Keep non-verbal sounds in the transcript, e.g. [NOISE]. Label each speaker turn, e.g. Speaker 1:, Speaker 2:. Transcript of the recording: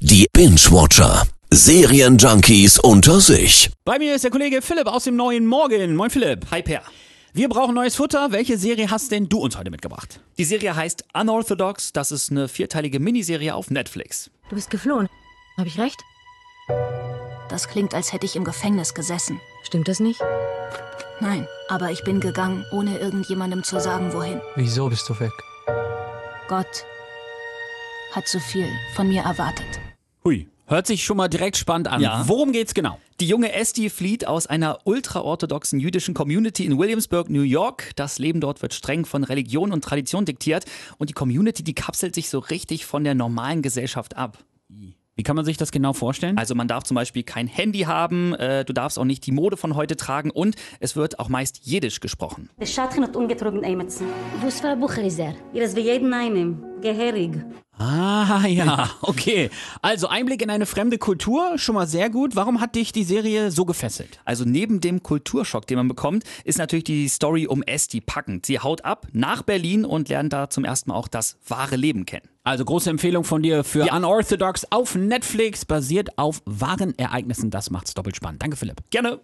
Speaker 1: Die Binge-Watcher. Serienjunkies unter sich.
Speaker 2: Bei mir ist der Kollege Philipp aus dem neuen Morgen. Moin Philipp.
Speaker 3: Hi Per.
Speaker 2: Wir brauchen neues Futter. Welche Serie hast denn du uns heute mitgebracht?
Speaker 3: Die Serie heißt Unorthodox. Das ist eine vierteilige Miniserie auf Netflix.
Speaker 4: Du bist geflohen. Habe ich recht?
Speaker 5: Das klingt, als hätte ich im Gefängnis gesessen.
Speaker 4: Stimmt das nicht?
Speaker 5: Nein, aber ich bin gegangen, ohne irgendjemandem zu sagen, wohin.
Speaker 6: Wieso bist du weg?
Speaker 5: Gott hat zu viel von mir erwartet.
Speaker 2: Hui. Hört sich schon mal direkt spannend an.
Speaker 3: Ja.
Speaker 2: Worum geht's genau?
Speaker 3: Die junge Esti flieht aus einer ultraorthodoxen jüdischen Community in Williamsburg, New York. Das Leben dort wird streng von Religion und Tradition diktiert und die Community, die kapselt sich so richtig von der normalen Gesellschaft ab.
Speaker 2: Wie kann man sich das genau vorstellen?
Speaker 3: Also man darf zum Beispiel kein Handy haben, äh, du darfst auch nicht die Mode von heute tragen und es wird auch meist Jiddisch gesprochen.
Speaker 7: De schatknot ungetrunken eimetsen.
Speaker 8: Busfar Buchriser.
Speaker 7: Ihr es wie jeden einem. Geherig.
Speaker 3: [LAUGHS]
Speaker 2: Ah ja, okay. Also Einblick in eine fremde Kultur, schon mal sehr gut. Warum hat dich die Serie so gefesselt?
Speaker 3: Also neben dem Kulturschock, den man bekommt, ist natürlich die Story um Esti packend. Sie haut ab nach Berlin und lernt da zum ersten Mal auch das wahre Leben kennen.
Speaker 2: Also große Empfehlung von dir für
Speaker 3: Ja.
Speaker 2: Unorthodox auf Netflix, basiert auf wahren Ereignissen. Das macht's doppelt spannend. Danke, Philipp.
Speaker 3: Gerne!